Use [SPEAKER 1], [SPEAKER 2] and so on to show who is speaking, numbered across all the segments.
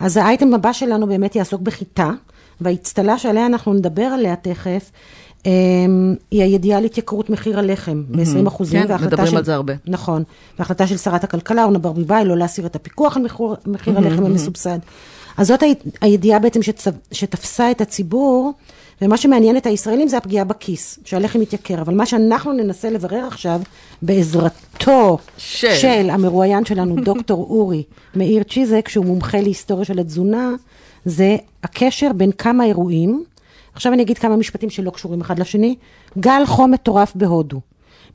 [SPEAKER 1] אז האייטם הבא שלנו באמת יעסוק בחיטה, והאצטלה שעליה אנחנו נדבר עליה תכף, אמ, היא הידיעה על התייקרות מחיר הלחם ב-20 אחוזים.
[SPEAKER 2] כן,
[SPEAKER 1] והחלטה
[SPEAKER 2] מדברים
[SPEAKER 1] של-
[SPEAKER 2] על זה הרבה.
[SPEAKER 1] נכון. והחלטה של שרת הכלכלה, אורנה ברביבאי, לא להסיר את הפיקוח על מחיר, מחיר הלחם המסובסד. אז זאת היד- הידיעה בעצם שצ... שתפסה את הציבור, ומה שמעניין את הישראלים זה הפגיעה בכיס, שהלחם יתייקר. אבל מה שאנחנו ננסה לברר עכשיו, בעזרתו
[SPEAKER 2] של.
[SPEAKER 1] של המרואיין שלנו, דוקטור אורי מאיר צ'יזק, שהוא מומחה להיסטוריה של התזונה, זה הקשר בין כמה אירועים. עכשיו אני אגיד כמה משפטים שלא קשורים אחד לשני. גל חום מטורף בהודו,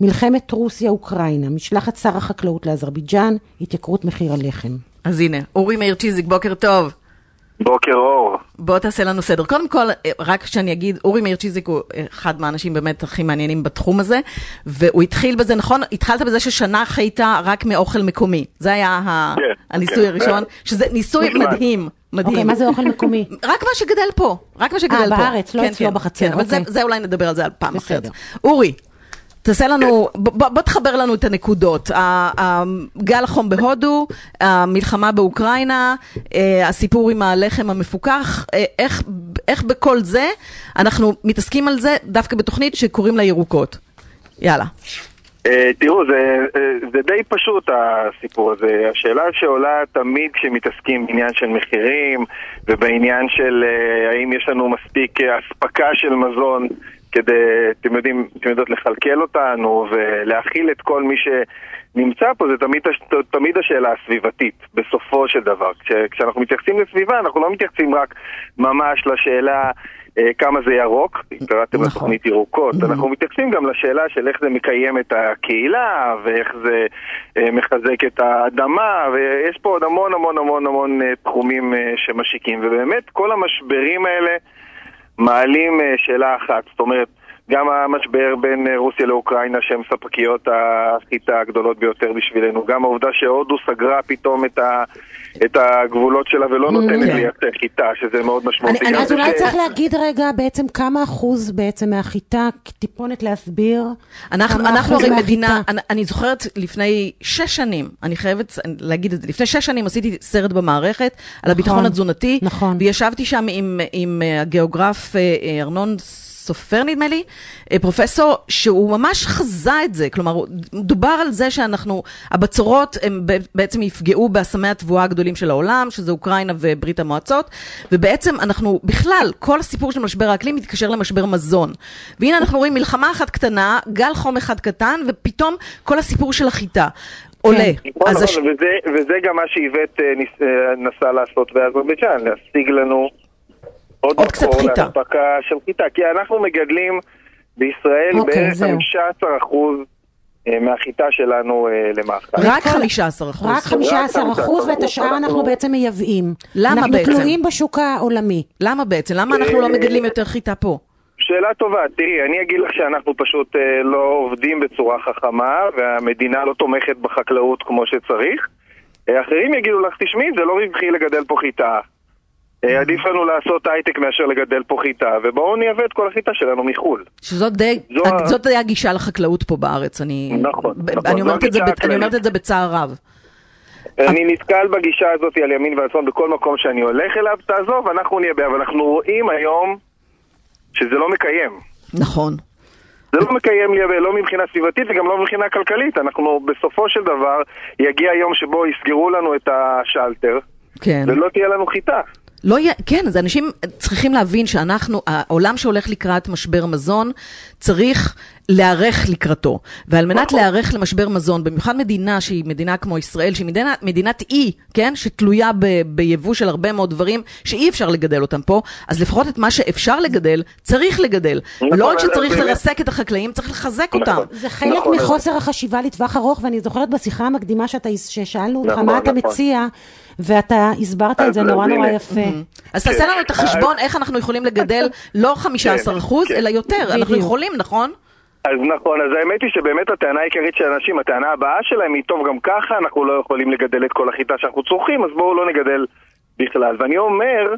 [SPEAKER 1] מלחמת רוסיה-אוקראינה, משלחת שר החקלאות לאזרבייג'אן, התייקרות מחיר הלחם.
[SPEAKER 2] אז הנה, אורי מאיר צ'יזיק, בוקר טוב.
[SPEAKER 3] בוקר אור.
[SPEAKER 2] בוא תעשה לנו סדר. קודם כל, אה, רק שאני אגיד, אורי מאיר צ'יזיק הוא אחד מהאנשים באמת הכי מעניינים בתחום הזה, והוא התחיל בזה, נכון? התחלת בזה ששנה חיית רק מאוכל מקומי. זה היה ה-
[SPEAKER 3] כן,
[SPEAKER 2] הניסוי
[SPEAKER 3] כן,
[SPEAKER 2] הראשון,
[SPEAKER 3] זה-
[SPEAKER 2] שזה ניסוי
[SPEAKER 3] נחמד.
[SPEAKER 2] מדהים, מדהים.
[SPEAKER 1] אוקיי, מה זה אוכל מקומי?
[SPEAKER 2] רק מה שגדל פה, רק מה שגדל פה.
[SPEAKER 1] אה, בארץ, לא
[SPEAKER 2] כן,
[SPEAKER 1] אצלו
[SPEAKER 2] כן,
[SPEAKER 1] בחצר,
[SPEAKER 2] כן, אבל זה-
[SPEAKER 1] אוקיי.
[SPEAKER 2] זה אולי נדבר על זה על פעם אחרת.
[SPEAKER 1] בסדר.
[SPEAKER 2] אורי, תעשה לנו, ב- ב- בוא תחבר לנו את הנקודות. ה- ה- גל החום בהודו, המלחמה באוקראינה, אה, הסיפור עם הלחם המפוקח, אה, איך- איך בכל זה אנחנו מתעסקים על זה דווקא בתוכנית שקוראים לה ירוקות. יאללה.
[SPEAKER 3] אה, תראו, זה, אה, זה די פשוט הסיפור הזה. השאלה שעולה תמיד כשמתעסקים בעניין של מחירים ובעניין של אה, האם יש לנו מספיק אה, אספקה של מזון כדי, אתם יודעים, אתם יודעות לכלכל אותנו ולהכיל את כל מי שנמצא פה, זה תמיד, הש- תמיד השאלה הסביבתית, בסופו של דבר. כש, כשאנחנו מתייחסים לסביבה, אנחנו לא מתייחסים רק ממש לשאלה אה, כמה זה ירוק, אם קראתם
[SPEAKER 2] נכון.
[SPEAKER 3] לתוכנית תוכנית ירוקות. אנחנו מתייחסים גם לשאלה של איך זה מקיים את הקהילה, ואיך זה אה, מחזק את האדמה, ויש פה עוד המון המון המון המון אה, תחומים אה, שמשיקים. ובאמת, כל המשברים האלה מעלים אה, שאלה אחת. זאת אומרת, גם המשבר בין אה, רוסיה לאוקראינה, שהן ספקיות החיטה הגדולות ביותר בשבילנו, גם העובדה שהודו סגרה פתאום את, ה, את הגבולות שלה ולא נותנת
[SPEAKER 2] כן.
[SPEAKER 3] לייצר חיטה, שזה מאוד משמעותי.
[SPEAKER 2] אני-
[SPEAKER 3] גם
[SPEAKER 1] אז
[SPEAKER 3] זה
[SPEAKER 1] אולי
[SPEAKER 3] ש-
[SPEAKER 1] צריך להגיד רגע בעצם כמה אחוז בעצם מהחיטה, טיפונת להסביר.
[SPEAKER 2] אנחנו,
[SPEAKER 1] כמה
[SPEAKER 2] אנחנו
[SPEAKER 1] אחוז
[SPEAKER 2] הרי
[SPEAKER 1] מהחיטה.
[SPEAKER 2] מדינה, אני, אני זוכרת לפני שש שנים, אני חייבת להגיד את זה, לפני שש שנים עשיתי סרט במערכת על הביטחון התזונתי,
[SPEAKER 1] נכון.
[SPEAKER 2] וישבתי שם עם, עם אה, הגיאוגרף אה, אה, ארנון סופר נדמה לי, אה, פרופסור, שהוא ממש חזה את זה, כלומר, הוא- דובר על זה שאנחנו, הבצורות הם ב- בעצם יפגעו באסמי התבואה הגדולים של העולם, שזה אוקראינה וברית המועצות, ובעצם אנחנו, בכלל, כל הסיפור של משבר האקלים מתקשר למשבר מזון. והנה אנחנו רואים מלחמה אחת קטנה, גל חום אחד קטן, ופתאום כל הסיפור של החיטה עולה.
[SPEAKER 1] כן,
[SPEAKER 3] נכון,
[SPEAKER 2] אז
[SPEAKER 3] נכון,
[SPEAKER 2] הש-
[SPEAKER 3] וזה, וזה גם מה שאיווט אה, ניס- אה, נסע לעשות באזרבייג'אן, להשיג לנו עוד,
[SPEAKER 2] עוד קצת
[SPEAKER 3] מקור
[SPEAKER 2] חיטה.
[SPEAKER 3] להספקה של חיטה. כי אנחנו מגדלים בישראל
[SPEAKER 1] אוקיי,
[SPEAKER 3] בערך
[SPEAKER 1] זהו.
[SPEAKER 3] 15% אה, מהחיטה שלנו אה, למאכל.
[SPEAKER 2] רק
[SPEAKER 1] כל-
[SPEAKER 2] 15 אחוז.
[SPEAKER 1] רק 15 אחוז, ואת השאר אנחנו בעצם מייבאים.
[SPEAKER 2] למה בעצם?
[SPEAKER 1] אנחנו תלויים בשוק העולמי.
[SPEAKER 2] למה בעצם? למה אנחנו לא מגדלים יותר חיטה פה?
[SPEAKER 3] שאלה טובה, תראי, אני אגיד לך שאנחנו פשוט אה, לא עובדים בצורה חכמה והמדינה לא תומכת בחקלאות כמו שצריך. אה, אחרים יגידו לך, תשמעי, זה לא רווחי לגדל פה חיטה. אה, עדיף לנו לעשות הייטק מאשר לגדל פה חיטה, ובואו נייבא את כל החיטה שלנו מחו"ל.
[SPEAKER 2] שזאת די,
[SPEAKER 3] זו ה-
[SPEAKER 2] זאת די הגישה לחקלאות פה בארץ, אני,
[SPEAKER 3] נכון,
[SPEAKER 2] ב-
[SPEAKER 3] נכון,
[SPEAKER 2] אני,
[SPEAKER 3] זו
[SPEAKER 2] אומרת את זה,
[SPEAKER 3] הגישה
[SPEAKER 2] ב- אני אומרת
[SPEAKER 3] הכללית.
[SPEAKER 2] את זה בצער רב.
[SPEAKER 3] אני נתקל בגישה הזאת על ימין ועל שמאל בכל מקום שאני הולך אליו, תעזוב, אנחנו נייבא, אבל אנחנו רואים היום שזה לא מקיים.
[SPEAKER 2] נכון.
[SPEAKER 3] זה לא מקיים לי, לא מבחינה סביבתית וגם לא מבחינה כלכלית. אנחנו בסופו של דבר, יגיע יום שבו יסגרו לנו את השלטר,
[SPEAKER 2] כן.
[SPEAKER 3] ולא תהיה לנו חיטה.
[SPEAKER 2] לא יהיה, כן, אז אנשים צריכים להבין שאנחנו, העולם שהולך לקראת משבר מזון, צריך להיערך לקראתו. ועל
[SPEAKER 3] נכון.
[SPEAKER 2] מנת להיערך למשבר מזון, במיוחד מדינה שהיא מדינה כמו ישראל, שהיא מדינה, מדינת אי, כן? שתלויה ב, ביבוא של הרבה מאוד דברים שאי אפשר לגדל אותם פה, אז לפחות את מה שאפשר לגדל, צריך לגדל.
[SPEAKER 3] נכון,
[SPEAKER 2] לא רק
[SPEAKER 3] אז
[SPEAKER 2] שצריך
[SPEAKER 3] באמת-
[SPEAKER 2] לרסק את החקלאים, צריך לחזק אותם.
[SPEAKER 3] נכון.
[SPEAKER 1] זה חלק
[SPEAKER 3] נכון,
[SPEAKER 1] מחוסר החשיבה לטווח ארוך, ואני זוכרת בשיחה המקדימה שאתה, ששאלנו אותך
[SPEAKER 3] נכון,
[SPEAKER 1] מה אתה
[SPEAKER 3] נכון.
[SPEAKER 1] מציע, ואתה הסברת את
[SPEAKER 3] אז-
[SPEAKER 1] זה נורא
[SPEAKER 3] אז
[SPEAKER 1] נורא
[SPEAKER 3] הנה.
[SPEAKER 1] יפה.
[SPEAKER 2] אז תעשה לנו את החשבון איך אנחנו יכולים לגדל לא 15 אחוז,
[SPEAKER 3] כן.
[SPEAKER 2] אלא יותר. אנחנו
[SPEAKER 1] בדיוק.
[SPEAKER 2] יכולים, נכון?
[SPEAKER 3] אז נכון, אז האמת היא שבאמת הטענה העיקרית של אנשים, הטענה הבאה שלהם היא, טוב, גם ככה אנחנו לא יכולים לגדל את כל החיטה שאנחנו צורכים, אז בואו לא נגדל בכלל. ואני אומר,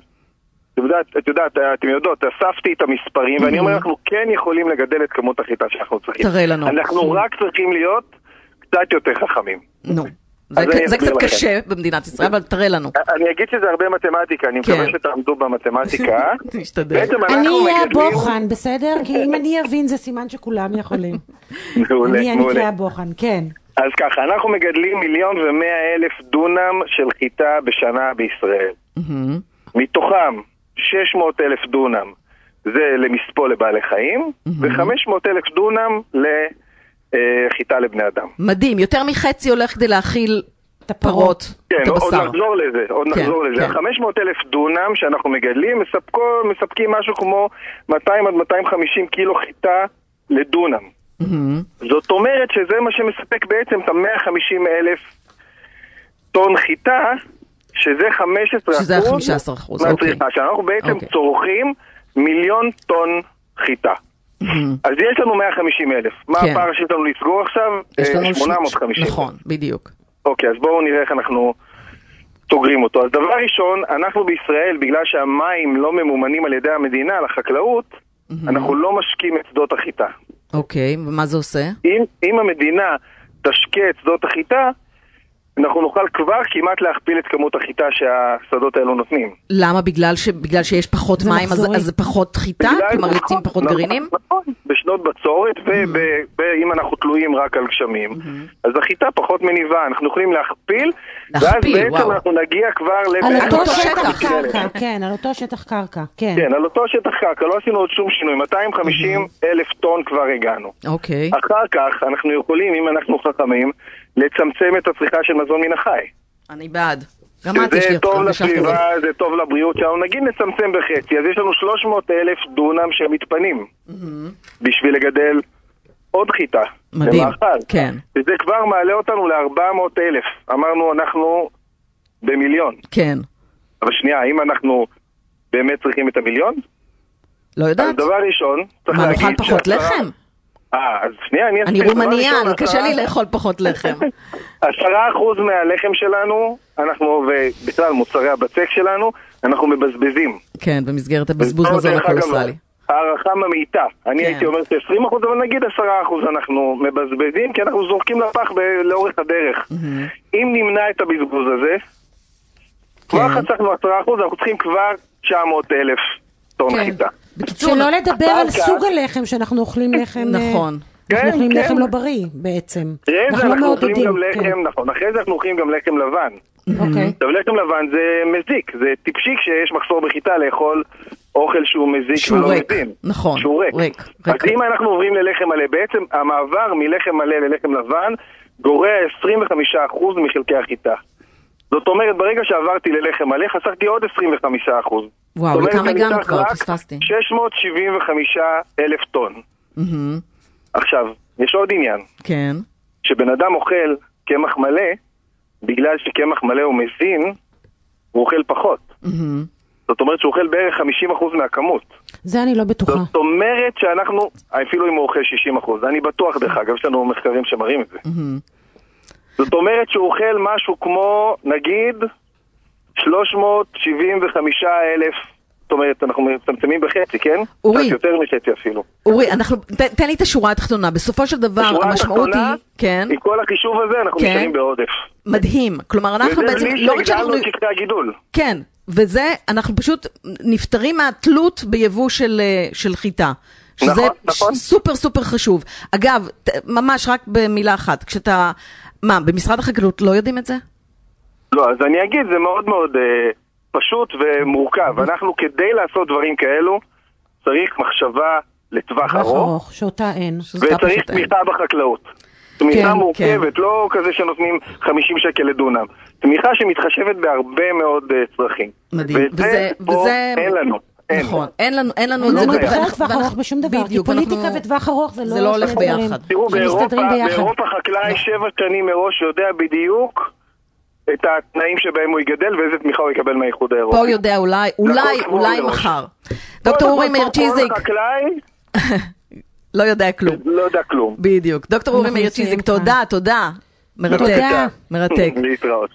[SPEAKER 3] את יודעת, את יודעת, אתם יודעות, אספתי את המספרים, ואני אומר, אנחנו כן יכולים לגדל את כמות החיטה שאנחנו צריכים.
[SPEAKER 2] תראה Mm-hmm. לנו.
[SPEAKER 3] אנחנו רק צריכים להיות קצת יותר חכמים.
[SPEAKER 2] נו. זה,
[SPEAKER 3] אוקיי. אז אני
[SPEAKER 2] זה
[SPEAKER 3] אסביר
[SPEAKER 2] קצת
[SPEAKER 3] לכם.
[SPEAKER 2] קשה במדינת ישראל, אבל תראה לנו.
[SPEAKER 3] אני אגיד שזה הרבה מתמטיקה, אני מקווה
[SPEAKER 2] כן.
[SPEAKER 3] שתעמדו במתמטיקה.
[SPEAKER 2] נשתדל.
[SPEAKER 3] בעצם
[SPEAKER 1] אני
[SPEAKER 3] אנחנו
[SPEAKER 1] אהיה
[SPEAKER 3] מגדלים-
[SPEAKER 1] הבוחן, בסדר? כי אם אני אבין זה סימן שכולם יכולים.
[SPEAKER 3] מעולה,
[SPEAKER 1] אני אני
[SPEAKER 3] מעולה.
[SPEAKER 1] אהיה הבוחן, כן.
[SPEAKER 3] אז ככה, אנחנו מגדלים מיליון ומאה אלף דונם של חיטה בשנה בישראל.
[SPEAKER 2] מהמם.
[SPEAKER 3] מתוכם 600 אלף דונם זה למספוא לבעלי חיים, ו-500 אלף דונם לחיטה לבני אדם.
[SPEAKER 2] מדהים, יותר מחצי הולך כדי להאכיל
[SPEAKER 1] את הפרות.
[SPEAKER 2] פרות, את
[SPEAKER 3] כן, עוד
[SPEAKER 2] הבשר.
[SPEAKER 3] נחזור לזה, עוד
[SPEAKER 2] כן,
[SPEAKER 3] נחזור לזה.
[SPEAKER 2] כן.
[SPEAKER 3] 500 אלף דונם שאנחנו מגדלים, מספקו, מספקים משהו כמו 200 עד 250 קילו חיטה לדונם.
[SPEAKER 2] מהמם.
[SPEAKER 3] זאת אומרת שזה מה שמספק בעצם את ה-150 אלף טון חיטה, שזה 15
[SPEAKER 2] שזה ה-15%,
[SPEAKER 3] מהצריכה, שאנחנו בעצם
[SPEAKER 2] אוקיי.
[SPEAKER 3] צורכים מיליון טון חיטה.
[SPEAKER 2] מהמם.
[SPEAKER 3] אז יש לנו 150 אלף. מה
[SPEAKER 2] כן.
[SPEAKER 3] הפער שיש לנו לסגור עכשיו?
[SPEAKER 2] יש
[SPEAKER 3] אה,
[SPEAKER 2] לנו ש-
[SPEAKER 3] 850.
[SPEAKER 2] נכון, בדיוק.
[SPEAKER 3] אוקיי, אז בואו נראה איך אנחנו סוגרים אותו. אז דבר ראשון, אנחנו בישראל, בגלל שהמים לא ממומנים על ידי המדינה לחקלאות, אנחנו לא משקים את שדות החיטה.
[SPEAKER 2] אוקיי, ומה זה עושה?
[SPEAKER 3] אם, אם המדינה תשקה את שדות החיטה, אנחנו נוכל כבר כמעט להכפיל את כמות החיטה שהשדות האלו נותנים.
[SPEAKER 2] למה? בגלל, ש... בגלל שיש פחות
[SPEAKER 1] זה
[SPEAKER 2] מים, אז,
[SPEAKER 1] מחזורי.
[SPEAKER 2] אז זה פחות חיטה?
[SPEAKER 3] בגלל-
[SPEAKER 2] כלומר,
[SPEAKER 3] נכון,
[SPEAKER 2] יוצאים פחות
[SPEAKER 3] נכון,
[SPEAKER 2] גרעינים? Mm-hmm.
[SPEAKER 3] נכון, בשנות בצורת, ואם אנחנו תלויים רק על גשמים, אז החיטה פחות מניבה, אנחנו יכולים להכפיל, ואז
[SPEAKER 2] להכפיל,
[SPEAKER 3] בעצם
[SPEAKER 2] וואו.
[SPEAKER 3] אנחנו נגיע כבר ל...
[SPEAKER 1] על אותו
[SPEAKER 2] אותו
[SPEAKER 1] שטח
[SPEAKER 2] שטח.
[SPEAKER 1] קרקע, כן, על אותו שטח קרקע, כן.
[SPEAKER 3] כן, על אותו שטח קרקע, לא עשינו עוד שום שינוי, 250 אלף טון כבר הגענו.
[SPEAKER 2] Mm-hmm. אוקיי.
[SPEAKER 3] אחר כך אנחנו יכולים, אם אנחנו חכמים, לצמצם את הצריכה של מזון מן החי.
[SPEAKER 2] אני בעד. גם את יש לי
[SPEAKER 3] שזה טוב
[SPEAKER 2] הרגשה
[SPEAKER 3] לסביבה,
[SPEAKER 2] כזאת.
[SPEAKER 3] זה טוב לבריאות שלנו, נגיד נצמצם בחצי, אז יש לנו 300 אלף דונם שמתפנים
[SPEAKER 2] Mm-hmm.
[SPEAKER 3] בשביל לגדל עוד חיטה.
[SPEAKER 2] מדהים,
[SPEAKER 3] למאכל.
[SPEAKER 2] כן.
[SPEAKER 3] וזה כבר מעלה אותנו ל-400 אלף. אמרנו, אנחנו במיליון.
[SPEAKER 2] כן.
[SPEAKER 3] אבל שנייה, האם אנחנו באמת צריכים את המיליון?
[SPEAKER 2] לא
[SPEAKER 3] אז
[SPEAKER 2] יודעת.
[SPEAKER 3] דבר ראשון, צריך
[SPEAKER 2] מה,
[SPEAKER 3] להגיד
[SPEAKER 2] נאכל פחות
[SPEAKER 3] שהשרה-
[SPEAKER 2] לחם?
[SPEAKER 3] אה, אז שנייה, אני אה?
[SPEAKER 2] אני
[SPEAKER 3] אסביר. דבר ראשון,
[SPEAKER 2] רומניאן, קשה
[SPEAKER 3] השרה-
[SPEAKER 2] לי לאכול פחות לחם.
[SPEAKER 3] עשרה אחוז מהלחם שלנו, אנחנו, ובכלל מוצרי הבצק שלנו, אנחנו מבזבזים.
[SPEAKER 2] כן, במסגרת הבזבוז
[SPEAKER 3] וזאת,
[SPEAKER 2] מזון
[SPEAKER 3] דרך אגב,
[SPEAKER 2] הקולוסלי.
[SPEAKER 3] הערכה ממעיטה. אני
[SPEAKER 2] כן.
[SPEAKER 3] הייתי אומר ש-20 אחוז, אבל נגיד 10 אחוז אנחנו מבזבזים, כי אנחנו זורקים לפח ב- לאורך הדרך. אם נמנע את הבזבוז הזה, כבר
[SPEAKER 2] כן.
[SPEAKER 3] חסכנו 10 אחוז, אנחנו צריכים כבר 900 אלף טון
[SPEAKER 2] כן.
[SPEAKER 3] חיטה.
[SPEAKER 2] בקיצור,
[SPEAKER 1] שלא לדבר על
[SPEAKER 3] קרקע.
[SPEAKER 1] סוג הלחם שאנחנו אוכלים לחם... אה,
[SPEAKER 2] נכון.
[SPEAKER 1] אנחנו
[SPEAKER 3] כן,
[SPEAKER 1] אוכלים
[SPEAKER 3] כן.
[SPEAKER 1] לחם לא בריא בעצם.
[SPEAKER 3] אחרי זה
[SPEAKER 1] אנחנו לא
[SPEAKER 3] אנחנו אוכלים
[SPEAKER 1] מעודדים.
[SPEAKER 3] גם
[SPEAKER 1] כן.
[SPEAKER 3] לחם, נכון, אחרי זה אנחנו אוכלים גם לחם לבן.
[SPEAKER 1] אוקיי.
[SPEAKER 3] עכשיו לחם לא, לבן זה מזיק, זה טיפשי כשיש מחסור בחיטה לאכול אוכל שהוא מזיק
[SPEAKER 2] שהוא
[SPEAKER 3] ולא
[SPEAKER 2] ריק,
[SPEAKER 3] מזין.
[SPEAKER 2] נכון,
[SPEAKER 3] שהוא ריק.
[SPEAKER 2] ריק,
[SPEAKER 3] אז
[SPEAKER 2] ריק.
[SPEAKER 3] אם אנחנו עוברים ללחם מלא, בעצם המעבר מלחם מלא ללחם לבן גורע 25% מחלקי החיטה. זאת אומרת, ברגע שעברתי ללחם מלא, חסכתי עוד 25%.
[SPEAKER 2] וואו,
[SPEAKER 3] זאת אומרת,
[SPEAKER 2] לכמה
[SPEAKER 3] אני
[SPEAKER 2] הגענו
[SPEAKER 3] צריך
[SPEAKER 2] כבר?
[SPEAKER 3] רק
[SPEAKER 2] פספסתי.
[SPEAKER 3] 675 אלף טון.
[SPEAKER 2] מהמם.
[SPEAKER 3] עכשיו, יש עוד עניין.
[SPEAKER 2] כן.
[SPEAKER 3] כשבן אדם אוכל קמח מלא, בגלל שקמח מלא הוא מזין, הוא אוכל פחות.
[SPEAKER 2] מהמם.
[SPEAKER 3] זאת אומרת שהוא אוכל בערך 50% מהכמות.
[SPEAKER 2] אוקיי.
[SPEAKER 1] זה אני לא בטוחה.
[SPEAKER 3] זאת אומרת שאנחנו, אפילו אם הוא אוכל 60%, אני בטוח דרך אגב, יש לנו מחקרים שמראים את זה.
[SPEAKER 2] מהמם.
[SPEAKER 3] זאת אומרת שהוא אוכל משהו כמו, נגיד, 375 אלף, זאת אומרת, אנחנו מצמצמים בחצי, כן?
[SPEAKER 2] אורי.
[SPEAKER 3] קצת יותר מחצי אפילו.
[SPEAKER 2] אורי, אנחנו, תן- תן לי את השורה התחתונה. בסופו של דבר,
[SPEAKER 3] בשורה
[SPEAKER 2] המשמעות
[SPEAKER 3] התחתונה,
[SPEAKER 2] היא, כן,
[SPEAKER 3] עם כל החישוב הזה אנחנו
[SPEAKER 2] כן.
[SPEAKER 3] נשארים בעודף.
[SPEAKER 2] מדהים. כלומר, אנחנו
[SPEAKER 3] וזה
[SPEAKER 2] בעצם,
[SPEAKER 3] בלי
[SPEAKER 2] לא רק שאנחנו...
[SPEAKER 3] שהגדלנו את שטחי הגידול.
[SPEAKER 2] כן, וזה, אנחנו פשוט נפטרים מהתלות ביבוא של, אה, של חיטה. שזה
[SPEAKER 3] נכון,
[SPEAKER 2] ש-
[SPEAKER 3] נכון.
[SPEAKER 2] סופר סופר חשוב. אגב, ת- ממש רק במילה אחת, כשאתה... מה, במשרד החקלאות לא יודעים את זה?
[SPEAKER 3] לא, אז אני אגיד, זה מאוד מאוד אה, פשוט ומורכב. אנחנו, כדי לעשות דברים כאלו, צריך מחשבה לטווח
[SPEAKER 1] טווח
[SPEAKER 3] ארוך,
[SPEAKER 1] ארוך, לא שאותה אין.
[SPEAKER 2] שזה
[SPEAKER 3] וצריך
[SPEAKER 2] פשוט אין.
[SPEAKER 3] תמיכה בחקלאות. תמיכה
[SPEAKER 2] כן.
[SPEAKER 3] מורכבת, לא כזה שנותנים 50 שקל לדונם. תמיכה שמתחשבת בהרבה מאוד אה, צרכים.
[SPEAKER 2] מדהים.
[SPEAKER 3] וזה פה אין לנו. אין.
[SPEAKER 2] נכון, אין לנו, אין לנו
[SPEAKER 1] אין
[SPEAKER 2] את זה.
[SPEAKER 1] לנו
[SPEAKER 3] קיים.
[SPEAKER 1] בכלל
[SPEAKER 2] ואנחנו-
[SPEAKER 1] טווח
[SPEAKER 2] ואנחנו-
[SPEAKER 1] ארוך בשום דבר, כי
[SPEAKER 2] בדיוק,
[SPEAKER 1] פוליטיקה
[SPEAKER 2] ואנחנו-
[SPEAKER 1] וטווח ארוך זה לא...
[SPEAKER 2] זה לא הולך
[SPEAKER 1] שני דברים
[SPEAKER 2] ביחד. לא.
[SPEAKER 3] תראו, באירופה,
[SPEAKER 1] שמסתדרים ביחד.
[SPEAKER 3] באירופה חקלאי שבע שנים מראש יודע בדיוק את התנאים שבהם הוא יגדל ואיזה תמיכה הוא יקבל מהאיחוד האירופי.
[SPEAKER 2] פה הוא יודע אולי, אולי,
[SPEAKER 3] שבוע
[SPEAKER 2] אולי
[SPEAKER 3] מראש.
[SPEAKER 2] מחר. דוקטור אורי מאיר צ'יזיק,
[SPEAKER 3] כל חקלאי
[SPEAKER 2] לא יודע כלום.
[SPEAKER 3] לא יודע כלום.
[SPEAKER 2] בדיוק. דוקטור אורי מאיר
[SPEAKER 1] נסיים
[SPEAKER 2] צ'יזיק,
[SPEAKER 1] לא כאן.
[SPEAKER 2] תודה, תודה. מרתק,
[SPEAKER 1] תודה.
[SPEAKER 2] מרתק.
[SPEAKER 3] להתראות.